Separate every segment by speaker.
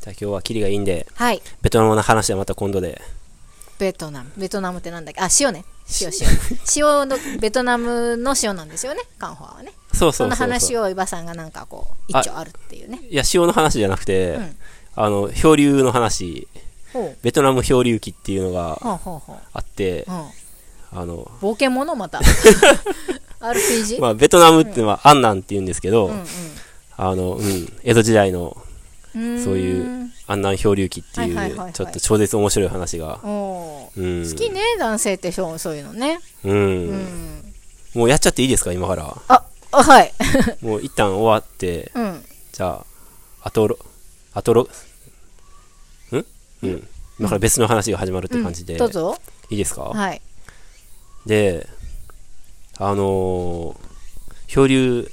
Speaker 1: じゃあ今日はキリがいいんで、
Speaker 2: はい。
Speaker 1: ベトナムの話はまた今度で。
Speaker 2: ベトナム。ベトナムってなんだっけあ、塩ね。塩、塩。塩の、ベトナムの塩なんですよね。カンファはね。
Speaker 1: そうそそ
Speaker 2: そう
Speaker 1: う
Speaker 2: の
Speaker 1: そう。
Speaker 2: 話を伊庭さんがなんかこう、一丁あるっていうね。
Speaker 1: いや、潮の話じゃなくて、
Speaker 2: うん
Speaker 1: あの、漂流の話、
Speaker 2: ほう。
Speaker 1: ベトナム漂流記っていうのが
Speaker 2: ほうほうほう。
Speaker 1: あって
Speaker 2: う、ん。
Speaker 1: あの、
Speaker 2: 冒険 者また。RPG?
Speaker 1: まあ、ベトナムってのはアンナンって言うんですけど、
Speaker 2: うんうん。
Speaker 1: あの、うん、江戸時代のそういう
Speaker 2: ーん。
Speaker 1: アンナン漂流記ってい
Speaker 2: はいはいはいは
Speaker 1: う、
Speaker 2: い
Speaker 1: ちょっと超絶面白い話が。
Speaker 2: おー
Speaker 1: うん。
Speaker 2: 好きね、男性ってそうそういうのね。
Speaker 1: う。
Speaker 2: うんん。
Speaker 1: もうやっちゃっていいですか、今 から。
Speaker 2: あ、あはい。
Speaker 1: もう一旦終わって、
Speaker 2: うん。
Speaker 1: じゃあ、あとろ、あとろ、んうん。今から別の話が始まるって感じで、
Speaker 2: どうぞ。
Speaker 1: いいですか、
Speaker 2: はい。
Speaker 1: で、あのー漂流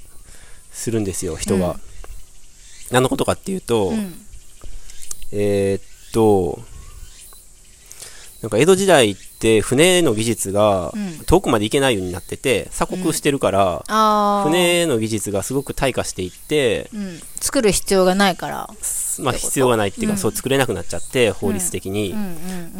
Speaker 1: するんですよ、人が。
Speaker 2: うん
Speaker 1: 何のことかっていうと、
Speaker 2: うん。
Speaker 1: えーっと、なんか江戸時代って船の技術が
Speaker 2: うん
Speaker 1: 遠くまで行けないようになってて、鎖国してるから、
Speaker 2: ああ。。
Speaker 1: 船の技術がすごく退化していって、
Speaker 2: うん。作る必要がないから。
Speaker 1: まあ
Speaker 2: ってこと
Speaker 1: 必要がないっていうか、
Speaker 2: うん
Speaker 1: そう作れなくなっちゃって、法律的に。
Speaker 2: うんうんう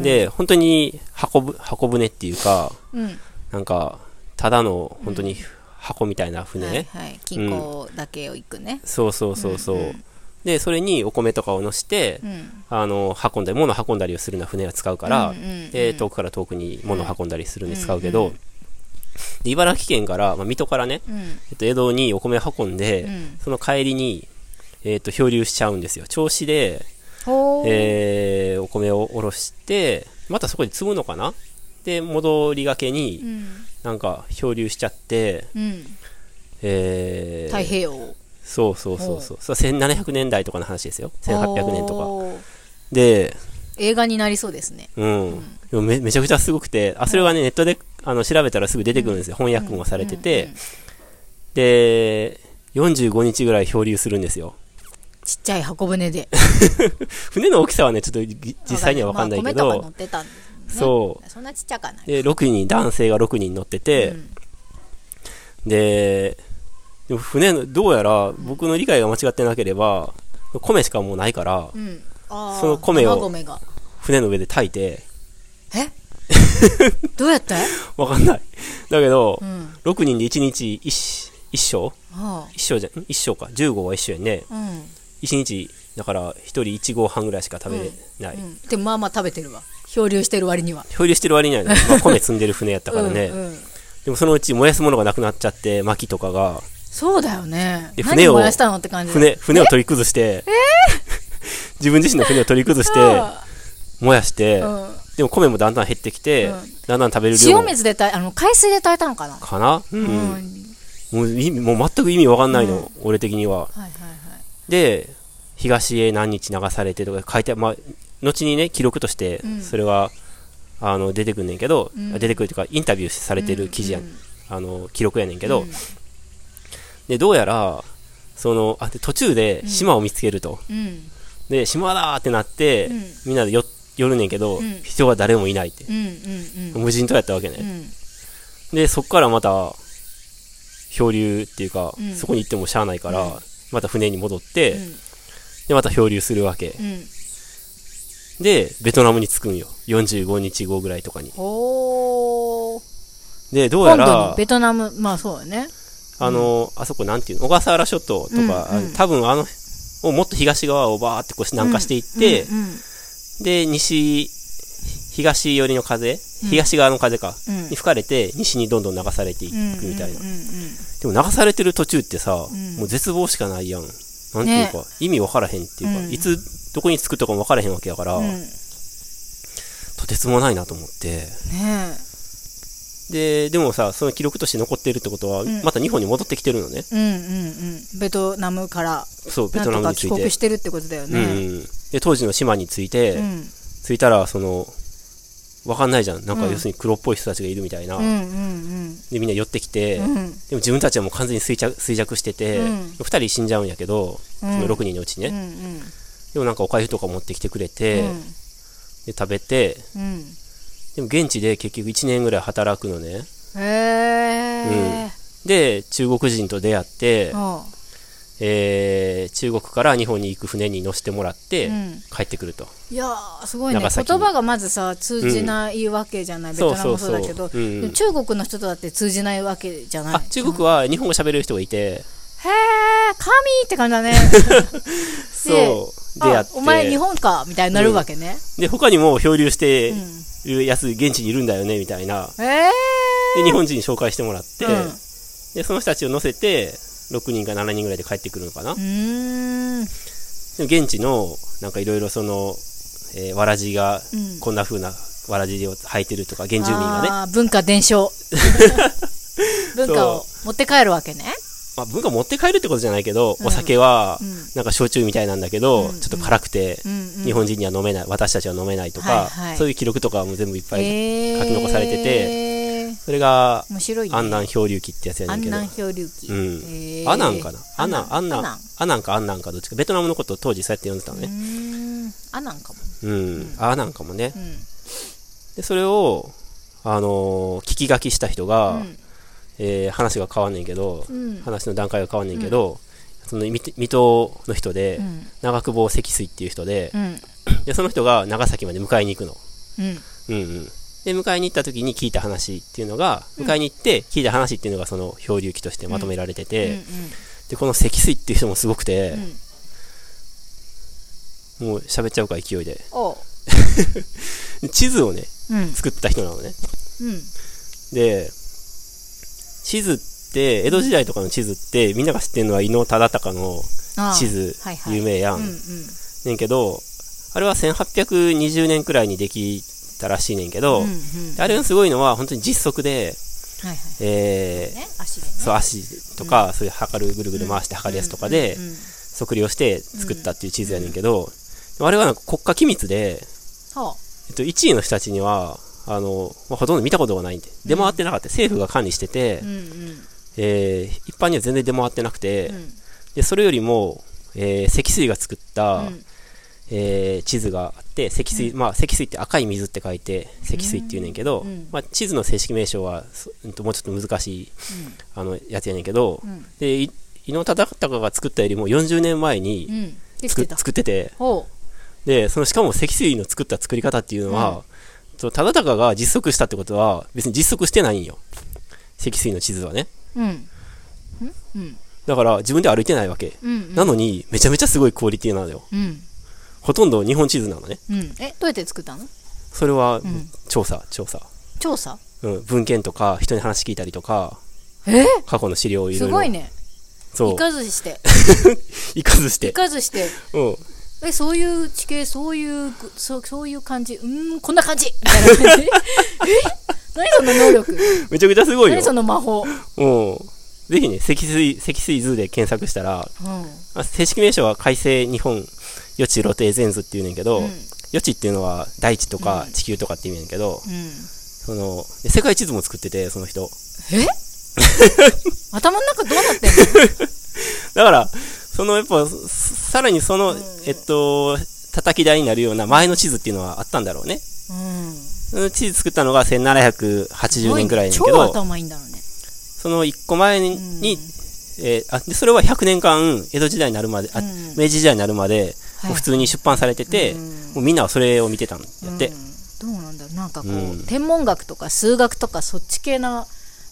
Speaker 2: ん。、
Speaker 1: で、本当に箱ぶ、箱舟っていうか、
Speaker 2: うん。
Speaker 1: なんか、ただの本当に箱みたいな船。
Speaker 2: はいはい。金庫だけを行くね。
Speaker 1: そうそうそうそう。
Speaker 2: うんうん
Speaker 1: で、それにお米とかを乗して、
Speaker 2: うん。
Speaker 1: あの、運んだり、物を運んだりをするような船は使うから、
Speaker 2: うんうんうん
Speaker 1: で、遠くから遠くに物を運んだりするんで使うけど、で茨城県から、まあ、水戸からね、
Speaker 2: うん。
Speaker 1: えっと、江戸にお米運んで、
Speaker 2: うん
Speaker 1: その帰りに、えっと、漂流しちゃうんですよ。銚子で、
Speaker 2: ほー。
Speaker 1: えーお米をおろして、またそこで積むのかなで、戻りがけ
Speaker 2: う
Speaker 1: に、
Speaker 2: ん。
Speaker 1: なんか漂流しちゃって、
Speaker 2: うん。
Speaker 1: えー
Speaker 2: 太平洋。
Speaker 1: そうそうそうそう。それは1700年代とかの話ですよ。1800年とか。
Speaker 2: ほー。
Speaker 1: で、
Speaker 2: 映画になりそうですね。
Speaker 1: うん。でもめめちゃくちゃすごくて、あ、それはね、ネットであの調べたらすぐ出てくるんですよ。翻訳もされてて。で、45日ぐらい漂流するんですよ。
Speaker 2: ちっちゃい箱舟で。
Speaker 1: 船の大きさはね、ちょっとぎ実際にはわかんないけ
Speaker 2: まあ米とか乗
Speaker 1: ど
Speaker 2: っ、てたんですね。。
Speaker 1: そう。。
Speaker 2: そんなちっちゃかないう
Speaker 1: で、6人、男性が6人乗ってて、
Speaker 2: うん
Speaker 1: で、でも船の、どうやら僕の理解が間違ってなければ、米しかもうないから、
Speaker 2: うん。あー
Speaker 1: その米を
Speaker 2: 生米が。
Speaker 1: 船の上で炊いて、
Speaker 2: えどうやって
Speaker 1: わかんない。だけど
Speaker 2: う、ん。
Speaker 1: 6人で1日 1, 一升
Speaker 2: は
Speaker 1: 一升じゃん一升か10合は一升やんね
Speaker 2: あ。うん。
Speaker 1: 1日だから1人1合半ぐらいしか食べれない、
Speaker 2: うん、でもまあまあ食べてるわ漂流してる割には
Speaker 1: 漂流してる割には ね、まあ、米積んでる船やったからね、
Speaker 2: うんうん、
Speaker 1: でもそのうち燃やすものがなくなっちゃって薪とかが
Speaker 2: そうだよね
Speaker 1: で
Speaker 2: 何
Speaker 1: 船を
Speaker 2: 燃やしたのって感じ
Speaker 1: 船船を取り崩して、 自分自身の船を取り崩して
Speaker 2: あ
Speaker 1: 燃やして、
Speaker 2: ーうん
Speaker 1: でも米もだんだん減ってきて、
Speaker 2: うん
Speaker 1: だんだん食べる量
Speaker 2: 塩
Speaker 1: も
Speaker 2: 水で炊いあの海水で炊いたのかな
Speaker 1: かな、うん
Speaker 2: うん、はい
Speaker 1: もう意味もう全く意味わかんないの、俺的には
Speaker 2: はいはい
Speaker 1: で東へ何日流されてとか書いて、まあ、後にね記録として
Speaker 2: うん
Speaker 1: それは、あの出てくんねんけど、
Speaker 2: うん
Speaker 1: 出てくるというかインタビューされてる記事や、
Speaker 2: うんうん
Speaker 1: あの記録やねんけど、
Speaker 2: うん
Speaker 1: でどうやらそのあで途中で島を見つけると、
Speaker 2: うん
Speaker 1: で島だーってなって、
Speaker 2: うん
Speaker 1: みんなでよ寄るねんけど、
Speaker 2: うん
Speaker 1: 人は誰もいないって
Speaker 2: う、んうんうん
Speaker 1: 無人島やったわけね、
Speaker 2: うん
Speaker 1: でそこからまた漂流っていうか、
Speaker 2: うん
Speaker 1: そこに行ってもしゃあないから、また船に戻って、
Speaker 2: うん
Speaker 1: でまた漂流するわけ、
Speaker 2: うん
Speaker 1: で、ベトナムに着くんよ。45日後ぐらいとかに。
Speaker 2: ほー
Speaker 1: で、どうや
Speaker 2: 今度の
Speaker 1: ら
Speaker 2: ベ、トナムまあそうだね
Speaker 1: あの、あそこなんていうの、小笠原諸島とか、
Speaker 2: うんうん
Speaker 1: 多分あの、をもっと東側をバーってこう南下していって、
Speaker 2: うんうん
Speaker 1: で、西、東寄りの風、東側の風か、
Speaker 2: うん
Speaker 1: に吹かれて、西にどんどん流されていくみたいな。
Speaker 2: うんうんうん
Speaker 1: でも流されてる途中ってさ、
Speaker 2: ん
Speaker 1: もう絶望しかないやん。なんていうか、意味わからへんっていうか、
Speaker 2: うん
Speaker 1: いつ、どこに着くとかもわからへんわけやから、
Speaker 2: うんうんね
Speaker 1: とてつもないなと思って。で、でもさ、その記録として残ってるってことは、
Speaker 2: ん
Speaker 1: また日本に戻ってきてるのね。
Speaker 2: えうんうんうんベトナムから
Speaker 1: そう、ベ
Speaker 2: なん
Speaker 1: トナ
Speaker 2: と
Speaker 1: ム
Speaker 2: か
Speaker 1: につ
Speaker 2: 帰
Speaker 1: いて。
Speaker 2: 国してるってことだよ
Speaker 1: うん
Speaker 2: ね
Speaker 1: うん。で、当時の島に着いて、
Speaker 2: うん
Speaker 1: 着いたら、その、わかんないじゃん。なんか
Speaker 2: うん
Speaker 1: 要するに黒っぽい人たちがいるみたいな。
Speaker 2: うんうん
Speaker 1: で、みんな寄ってきて、
Speaker 2: うんうん
Speaker 1: でも自分たちはもう完全に衰弱衰弱してて、
Speaker 2: う
Speaker 1: 二
Speaker 2: ん
Speaker 1: 2人死んじゃうんやけど、その6人のうちね。
Speaker 2: うんうん
Speaker 1: でもなんかお粥とか持ってきてくれて、
Speaker 2: うん
Speaker 1: で、食べて、
Speaker 2: うん
Speaker 1: でも現地で結局1年ぐらい働くのね。
Speaker 2: へえ
Speaker 1: で、中国人と出会って、
Speaker 2: うん
Speaker 1: えー中国から日本に行く船に乗せてもらって
Speaker 2: うん
Speaker 1: 帰ってくると、
Speaker 2: いやーすごいね
Speaker 1: 長崎
Speaker 2: 言葉がまずさ通じないわけじゃない、ベトナムもそうだけど
Speaker 1: そうそうそううん
Speaker 2: でも中国の人とだって通じないわけじゃない
Speaker 1: あ中国は日本語喋れる人がいて
Speaker 2: へえ神って感じだね
Speaker 1: そう出会
Speaker 2: あ
Speaker 1: って
Speaker 2: お前日本かみたいになるわけね、
Speaker 1: で他にも漂流して
Speaker 2: うん
Speaker 1: るやつ現地にいるんだよねみたいな
Speaker 2: ええ
Speaker 1: で日本人に紹介してもらって、
Speaker 2: うん
Speaker 1: でその人たちを乗せて6人か7人ぐらいで帰ってくるのかな、
Speaker 2: うーん
Speaker 1: でも現地のなんかいろいろその、えーわらじが
Speaker 2: うん
Speaker 1: こんな風なわらじを履いてるとか原住民がね
Speaker 2: あー文化 伝承文化を持って帰るわけね
Speaker 1: まあ、文化持って帰るってことじゃないけど、
Speaker 2: うん
Speaker 1: お酒は
Speaker 2: うん
Speaker 1: なんか焼酎みたいなんだけど、
Speaker 2: うん
Speaker 1: ちょっと辛くて
Speaker 2: うんうん
Speaker 1: 日本人には飲めない私たちは飲めないとか、
Speaker 2: はいはい
Speaker 1: そういう記録とかも全部いっぱい
Speaker 2: へー
Speaker 1: 書き残されてて、それが
Speaker 2: 面白いね
Speaker 1: 安南漂流記ってやつやね
Speaker 2: 安
Speaker 1: んけど
Speaker 2: 南漂流記、
Speaker 1: うん
Speaker 2: へー
Speaker 1: アナンかなアナン、ア
Speaker 2: 安
Speaker 1: ナン、
Speaker 2: 南
Speaker 1: アナンかアンナンかどっちか。ベトナムのことを当時そうやって呼んでたの
Speaker 2: う
Speaker 1: ね。
Speaker 2: ーんアナンかも、
Speaker 1: うん。アナンかもね
Speaker 2: う。ん
Speaker 1: で、それを、あのー聞き書きした人
Speaker 2: う
Speaker 1: が、
Speaker 2: ん
Speaker 1: えー話が変わんねんけど
Speaker 2: うん、
Speaker 1: 話の段階が変わんねんけど、その、水水戸の人で
Speaker 2: う、ん
Speaker 1: 長久保積水っていう人で
Speaker 2: う、ん
Speaker 1: で、その人が長崎まで迎えに行くの。
Speaker 2: うん
Speaker 1: うんうん。で、迎えに行った時に聞いた話っていうのが、迎えに行って聞いた話っていうのがその漂流記としてまとめられて
Speaker 2: う
Speaker 1: て、
Speaker 2: ん
Speaker 1: で、この積水っていう人もすごくて
Speaker 2: う、ん
Speaker 1: もう喋っちゃうか勢いで。
Speaker 2: おう
Speaker 1: 地図をね、
Speaker 2: うん
Speaker 1: 作った人なのね。
Speaker 2: うん
Speaker 1: で、地図って、江戸時代とかの地図って、みんなが知ってるのは伊能忠敬の
Speaker 2: ああ
Speaker 1: 地図
Speaker 2: はい、はい
Speaker 1: 有名や
Speaker 2: うんうん
Speaker 1: ん。ねんけど、あれは1820年くらいにできたらしいねんけど
Speaker 2: うんう、ん
Speaker 1: あれのすごいのは、本当に実測で、
Speaker 2: はいはい
Speaker 1: えー
Speaker 2: ね足でね
Speaker 1: そう、足とか、そういう測る、ぐるぐる回して測るやつとかで
Speaker 2: う、んうん
Speaker 1: 測量して作ったっていう地図やねんけど、でもあれはなんか国家機密で、
Speaker 2: ほ
Speaker 1: えっと、1位の人たちには、あの、まあ、ほとんど見たことがないんで、出回ってなかった。政府が管理してて、
Speaker 2: ううんうん
Speaker 1: えー一般には全然出回ってなくて、
Speaker 2: うん
Speaker 1: で、それよりも、えー積水が作った、
Speaker 2: うん
Speaker 1: えー地図があって、積水、まあ、積水って赤い水って書いて、積水って言うねんけど、
Speaker 2: うんうん
Speaker 1: まあ、地図の正式名称は、そうんともうちょっと難しい、あの、やつやねんけど、
Speaker 2: ん
Speaker 1: で、い伊能忠敬が作ったよりも40年前
Speaker 2: う
Speaker 1: に
Speaker 2: んでき
Speaker 1: 作,、
Speaker 2: てた
Speaker 1: 作ってて、
Speaker 2: ほ
Speaker 1: で、そのしかも積水の作った作り方っていうのは、その忠敬が実測したってことは、別に実測してないんよ。積水の地図はね。
Speaker 2: ううんうんうん
Speaker 1: だから自分で歩いてないわけ。
Speaker 2: うん
Speaker 1: なのに、めちゃめちゃすごいクオリティなのよ。
Speaker 2: うん
Speaker 1: ほとんど日本地図なのね。
Speaker 2: うんえどうやって作ったの
Speaker 1: それは、
Speaker 2: ん
Speaker 1: 調査、調査。
Speaker 2: 調査
Speaker 1: うん、文献とか、人に話聞いたりとか、
Speaker 2: え
Speaker 1: 過去の資料をいろ
Speaker 2: す
Speaker 1: いろ。
Speaker 2: ごいね
Speaker 1: そう。
Speaker 2: いかずして
Speaker 1: いかずし
Speaker 2: い
Speaker 1: て。
Speaker 2: かずして
Speaker 1: うん。
Speaker 2: えそういう地形そういうぐそうそういう感じうーんこんな感じみたいな感じ え何その能力
Speaker 1: めちゃくちゃすごいよ
Speaker 2: 何。その魔法
Speaker 1: うん。ぜひね、積水、積水図で検索したら、
Speaker 2: うん
Speaker 1: あ正式名称は改正日本予知露呈全図っていうねんけど、
Speaker 2: うん
Speaker 1: 予知っていうのは大地とか地球とかって意味やねんけど、
Speaker 2: うん
Speaker 1: そので世界地図も作っててその人
Speaker 2: え頭の中どうなってんの
Speaker 1: だからそのやっぱささらにその、えっと叩き台になるような前の地図っていうのはあったんだろうね
Speaker 2: うん
Speaker 1: その地図作ったのが1780年くらいやねんけ
Speaker 2: 超
Speaker 1: ど
Speaker 2: 頭いいんだろうね
Speaker 1: その1個前に、
Speaker 2: うん
Speaker 1: えーあでそれは100年間江戸時代になるまであ、
Speaker 2: うん
Speaker 1: 明治時代になるまで、
Speaker 2: はい
Speaker 1: 普通に出版されてて、
Speaker 2: うん
Speaker 1: もうみんなはそれを見てたんやって、
Speaker 2: うん、どうなんだろうなんかこう、
Speaker 1: うん
Speaker 2: 天文学とか数学とかそっち系な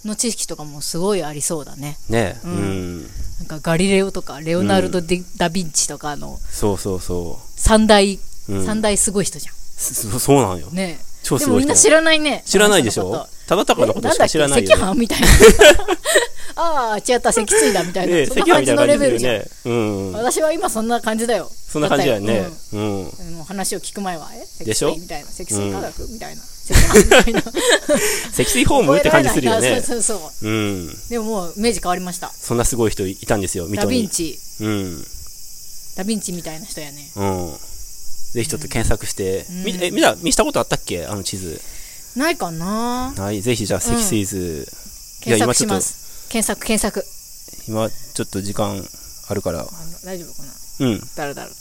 Speaker 2: の知識とかもすごいありそうだね
Speaker 1: ね
Speaker 2: う
Speaker 1: うんん、
Speaker 2: なんかガリレオとかレオナルド・ディダ・ヴィンチとかの
Speaker 1: そうそうそ
Speaker 2: 三大、
Speaker 1: う、うん、
Speaker 2: 三大すごい人じゃ
Speaker 1: そそそうなんよ
Speaker 2: んね
Speaker 1: 超
Speaker 2: ですも
Speaker 1: ごい
Speaker 2: み
Speaker 1: 人
Speaker 2: んな知らないね
Speaker 1: 知らないでし
Speaker 2: あ
Speaker 1: ょ
Speaker 2: の
Speaker 1: 忠敬
Speaker 2: 人の
Speaker 1: の
Speaker 2: こ
Speaker 1: こととしか
Speaker 2: えなん
Speaker 1: 知ら
Speaker 2: だっ
Speaker 1: ない
Speaker 2: け
Speaker 1: よ
Speaker 2: 赤
Speaker 1: ね
Speaker 2: 飯みたいな ああ違った脊椎だみたいな、
Speaker 1: ねえ
Speaker 2: そんな
Speaker 1: 赤飯
Speaker 2: 感
Speaker 1: み
Speaker 2: じ
Speaker 1: たい
Speaker 2: の
Speaker 1: な感
Speaker 2: レ
Speaker 1: じ
Speaker 2: ベルじゃん、
Speaker 1: だよねうんうん
Speaker 2: 私は今そんな感じだよ
Speaker 1: そんな感じだよね
Speaker 2: った
Speaker 1: うん、
Speaker 2: うんもう話を聞く前はえ脊
Speaker 1: でしょ
Speaker 2: 椎みたいな脊椎科学、みたいな脊椎みたいな
Speaker 1: 積水ホームって感じするよ
Speaker 2: 覚えられ
Speaker 1: ね
Speaker 2: ないそうそうそう
Speaker 1: うん
Speaker 2: でももうイメージ変わりました
Speaker 1: そんなすごい人いたんですよ水
Speaker 2: ダ
Speaker 1: 戸
Speaker 2: ヴィン
Speaker 1: に
Speaker 2: チ
Speaker 1: うん
Speaker 2: ダヴィンチみたいな人やね
Speaker 1: うんぜひちょっと検索して、
Speaker 2: ん
Speaker 1: みえみんな見したことあったっけあの地図
Speaker 2: ないかな
Speaker 1: はいぜひじゃあ積水図、いや
Speaker 2: 検索します検索検索
Speaker 1: 今ちょっと時間あるから
Speaker 2: あの大丈夫かな
Speaker 1: うん
Speaker 2: だらだらと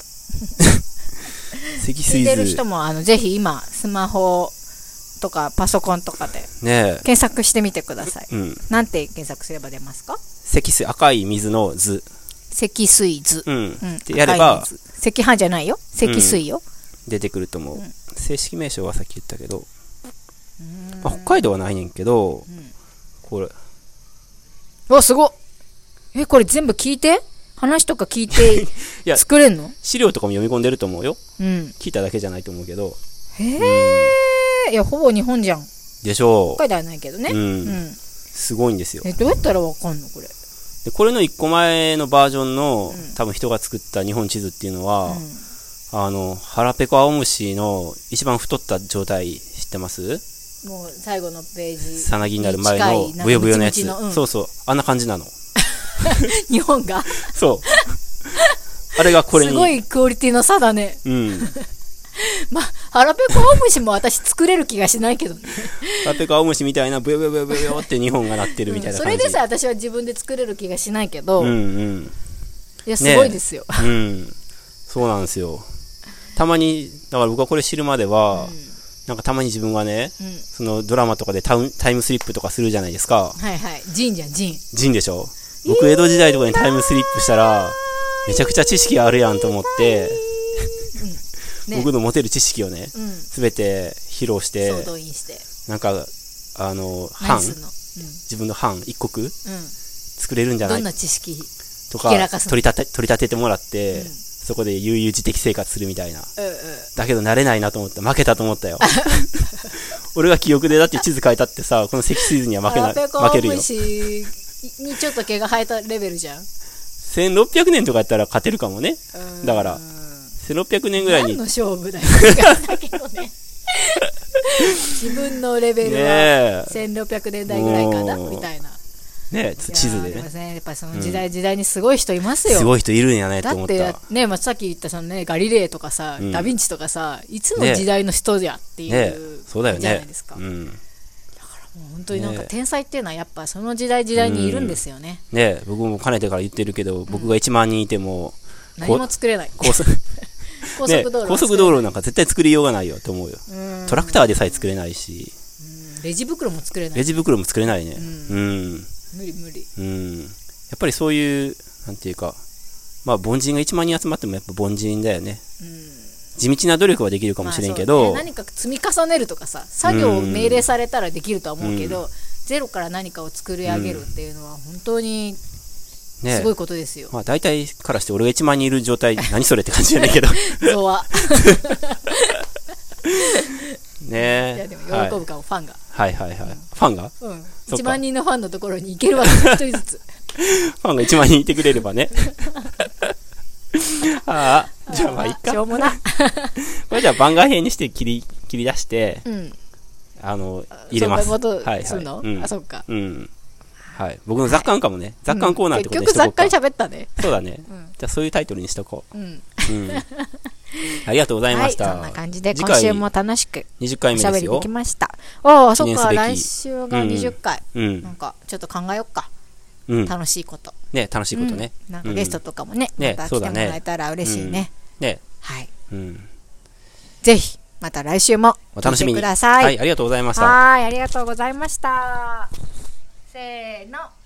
Speaker 1: 積
Speaker 2: 聞
Speaker 1: 水
Speaker 2: いてる
Speaker 1: 図
Speaker 2: 人もあのぜひ今スマホとかパソコンとかで
Speaker 1: ね
Speaker 2: 検索してみてください
Speaker 1: えうん
Speaker 2: なんて検索すれば出ますか
Speaker 1: 積水赤い水の図
Speaker 3: 脊水図。
Speaker 1: うん。
Speaker 3: うん。
Speaker 1: ってやれば
Speaker 3: 赤い水赤飯じゃないよ。脊水よ。
Speaker 1: 出てくると思う。正式名称はさっき言ったけど、まあ、北海道はないねんけど、これ、
Speaker 2: わ、すごっえ、これ全部聞いて話とか聞い
Speaker 1: いや
Speaker 2: て作れんの
Speaker 1: 資料とかも読み込んでると思うよ。
Speaker 2: うん。
Speaker 1: 聞いただけじゃないと思うけど。
Speaker 2: へえ。いや、ほぼ日本じゃん。
Speaker 1: でしょ
Speaker 2: 北海道はないけどね
Speaker 1: う。。
Speaker 2: う
Speaker 1: うん。
Speaker 2: ん。
Speaker 1: すごいんですよ。
Speaker 2: え、どうやったらわかんのこれ。
Speaker 1: で、これの一個前のバージョンの、多分人が作った日本地図っていうのは、あの、腹ペコ青虫の一番太った状態知ってます
Speaker 2: もう最後のページ。
Speaker 1: さなぎになる前の
Speaker 2: 近いなんか
Speaker 1: ブヨブヨのやつ
Speaker 2: ムチムチのうん
Speaker 1: そうそうあんな感じなの
Speaker 2: 日本が。
Speaker 1: そうあれがこれに
Speaker 2: すごいクオリティの差だね。
Speaker 1: うん
Speaker 2: まあ、腹ペコオムシも私作れる気がしないけどね。
Speaker 1: ラペコ青虫みたいなブヨブヨブヨブヨって日本がなってるみたいな
Speaker 2: そ
Speaker 1: 感じ
Speaker 2: れでさ、私は自分で作れる気がしないけど、
Speaker 1: う
Speaker 2: い
Speaker 1: んうん
Speaker 2: や、すごいですよ。
Speaker 1: うんそうなんですよたまにだから僕はこれ知るまでは、なんかたまに自分がね、
Speaker 2: ん
Speaker 1: そのドラマとかでタウンタイムスリップとかするじゃないですか
Speaker 2: はいはい。ジンじゃん、ジン。
Speaker 1: ジンでしょ僕江戸時代とかにタイムスリップしたらめちゃくちゃ知識あるやんと思って、
Speaker 2: ね
Speaker 1: 僕の持てる知識をね
Speaker 2: うん。
Speaker 1: すべて披露して
Speaker 2: 総動員して。
Speaker 1: なんかあの
Speaker 2: 何
Speaker 1: 藩
Speaker 2: すんの
Speaker 1: 自分の藩一国
Speaker 2: うん。うん。
Speaker 1: 作れるんじゃな
Speaker 2: ど
Speaker 1: い
Speaker 2: んな知識
Speaker 1: と
Speaker 2: ひけ
Speaker 1: から
Speaker 2: かすの
Speaker 1: 取り立て取り立ててもらって、
Speaker 2: うん
Speaker 1: そこで悠々自適生活するみたいな
Speaker 2: うんうん。
Speaker 1: だけど慣れないなと思って負けたと思った よ俺が記憶でだって地図変えたってさこの積水図には負けな
Speaker 2: 腹ペ
Speaker 1: い
Speaker 2: コ
Speaker 1: 負
Speaker 2: オ
Speaker 1: けるよ
Speaker 2: ムシにちょっと毛が生えたレベルじゃん。
Speaker 1: 1600年とかやったら勝てるかもね
Speaker 2: うん
Speaker 1: だから1600年ぐらい
Speaker 2: 何
Speaker 1: に
Speaker 2: の勝負だよ。だけど ね。自分のレベルは
Speaker 1: ね
Speaker 2: 1600年代ぐらいかな
Speaker 1: おー
Speaker 2: みたいな。
Speaker 1: えねえちょっと地図で
Speaker 2: いや
Speaker 1: ね
Speaker 2: ーもね。やっぱりその時代時代にすごい人いますよ。
Speaker 1: すごい人いるんやねと
Speaker 2: だ
Speaker 1: 思
Speaker 2: っ
Speaker 1: ってた
Speaker 2: ね、まあ、さっき言ったその、ね、ガリレーとかさ、
Speaker 1: うん
Speaker 2: ダ・ヴィンチとかさいつの時代の人やっていう、
Speaker 1: ねえそうだよ
Speaker 2: じゃな
Speaker 1: ね
Speaker 2: いですか、
Speaker 1: う
Speaker 2: も
Speaker 1: んね
Speaker 2: う本当になんか
Speaker 1: ねえ
Speaker 2: 天才っていうのはやっぱその時代時代にいるんですよね、
Speaker 1: え僕もかねてから言ってるけど僕が1万人いても、こ
Speaker 2: 何も作れない
Speaker 1: 高速
Speaker 2: 高
Speaker 1: ね
Speaker 2: 速道路は
Speaker 1: 高速道路なんか絶対作りようがないよと思うよ
Speaker 2: うん
Speaker 1: トラクターでさえ作れないし、
Speaker 2: レジ袋も作れない
Speaker 1: レジ袋も作れないね。うん。
Speaker 2: 無理無理
Speaker 1: うん。やっぱりそういう、なんていうか、まあ凡人が1万人集まってもやっぱ凡人だよね。地道な努力はできるかもしれんけ
Speaker 2: まあ
Speaker 1: ど、
Speaker 2: そうね何か積み重ねるとかさ作業を命令されたらできるとは思うけど、ゼロから何かを作り上げるっていうのは本当に
Speaker 1: ね
Speaker 2: すごいことですよ、
Speaker 1: まあ大体からして俺が1万人いる状態、 何それって感じじゃないけ ど。
Speaker 2: ゾワ
Speaker 1: ね
Speaker 2: いやでも喜
Speaker 1: はい
Speaker 2: ぶかも、ファンが、
Speaker 1: はいはいはい。ファンがフ
Speaker 2: うん、
Speaker 1: そっか
Speaker 2: 1万人のファンのところに行 けるわけじゃん一人ずつ
Speaker 1: ァンが1万人いてくれれば ね。ああ、じゃあまあいっか。
Speaker 2: しょ うもな。
Speaker 1: これじゃあ番外編にして切り、切り出して、
Speaker 2: うん。
Speaker 1: あの、入れます。
Speaker 2: そういうこと
Speaker 1: はい
Speaker 2: す
Speaker 1: は
Speaker 2: る
Speaker 1: い。
Speaker 2: の、
Speaker 1: うん
Speaker 2: あ、そっか。
Speaker 1: うん。はい。僕の雑感かもね。雑感コーナーってことにしと
Speaker 2: 結
Speaker 1: こ
Speaker 2: 局
Speaker 1: うか。
Speaker 2: 雑貨に喋ったね。
Speaker 1: そうだね。
Speaker 2: ん
Speaker 1: じゃあそういうタイトルにしとこ
Speaker 2: うん。
Speaker 1: う。うん。 ありがとうございま
Speaker 3: はい、
Speaker 1: した。
Speaker 3: そんな感じで、
Speaker 1: 次
Speaker 3: 今
Speaker 1: 回
Speaker 3: 週も楽しく
Speaker 1: 20
Speaker 3: お
Speaker 1: 回目
Speaker 3: しゃ
Speaker 1: で
Speaker 3: べ
Speaker 1: す
Speaker 3: りで
Speaker 1: よ
Speaker 3: き。ました。おお、そっ
Speaker 1: 記念す
Speaker 3: か、
Speaker 1: べき
Speaker 3: 来週が20回。
Speaker 1: う
Speaker 3: なん
Speaker 1: ん。
Speaker 3: か、ちょっと考えよっか。
Speaker 1: うん。
Speaker 3: 楽しいこと。
Speaker 1: ね、楽しいことね。
Speaker 3: うんなんかゲストとかもね、
Speaker 1: うんね
Speaker 3: また来
Speaker 1: そう
Speaker 3: て
Speaker 1: だ
Speaker 3: も
Speaker 1: ね
Speaker 3: らえたら嬉しいね。
Speaker 1: ね。
Speaker 3: はい。
Speaker 1: うん。
Speaker 3: ぜひ、また来週も
Speaker 1: お
Speaker 3: 聞
Speaker 1: 楽
Speaker 3: い
Speaker 1: し
Speaker 3: て
Speaker 1: みに。
Speaker 3: ください。
Speaker 1: はい、ありがとうございました。
Speaker 3: はーい、ありがとうございました。せーの。